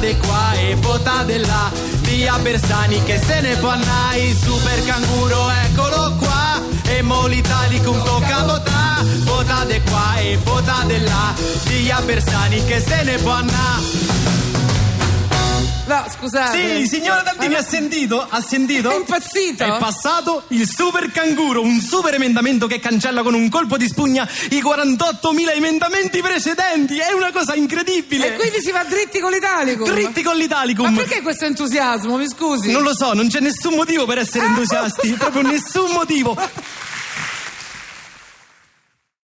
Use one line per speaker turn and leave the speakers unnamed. di qua e votate là. Via Bersani che se ne può andare, super canguro eccolo qua. E mo l'italicum tocca votà, votate qua e votate là. Via Bersani che se ne può andare.
No, scusate.
Sì, signora Taldini,
Ah,
ha sentito? Ha sentito?
È impazzito?
È passato il super canguro, un super emendamento che cancella con un colpo di spugna i 48.000 emendamenti precedenti. È una cosa incredibile.
E quindi si va dritti con l'italico.
Dritti con l'Italicum.
Ma perché questo entusiasmo? Mi scusi.
Non lo so, non c'è nessun motivo per essere
Ah,
entusiasti, proprio nessun motivo.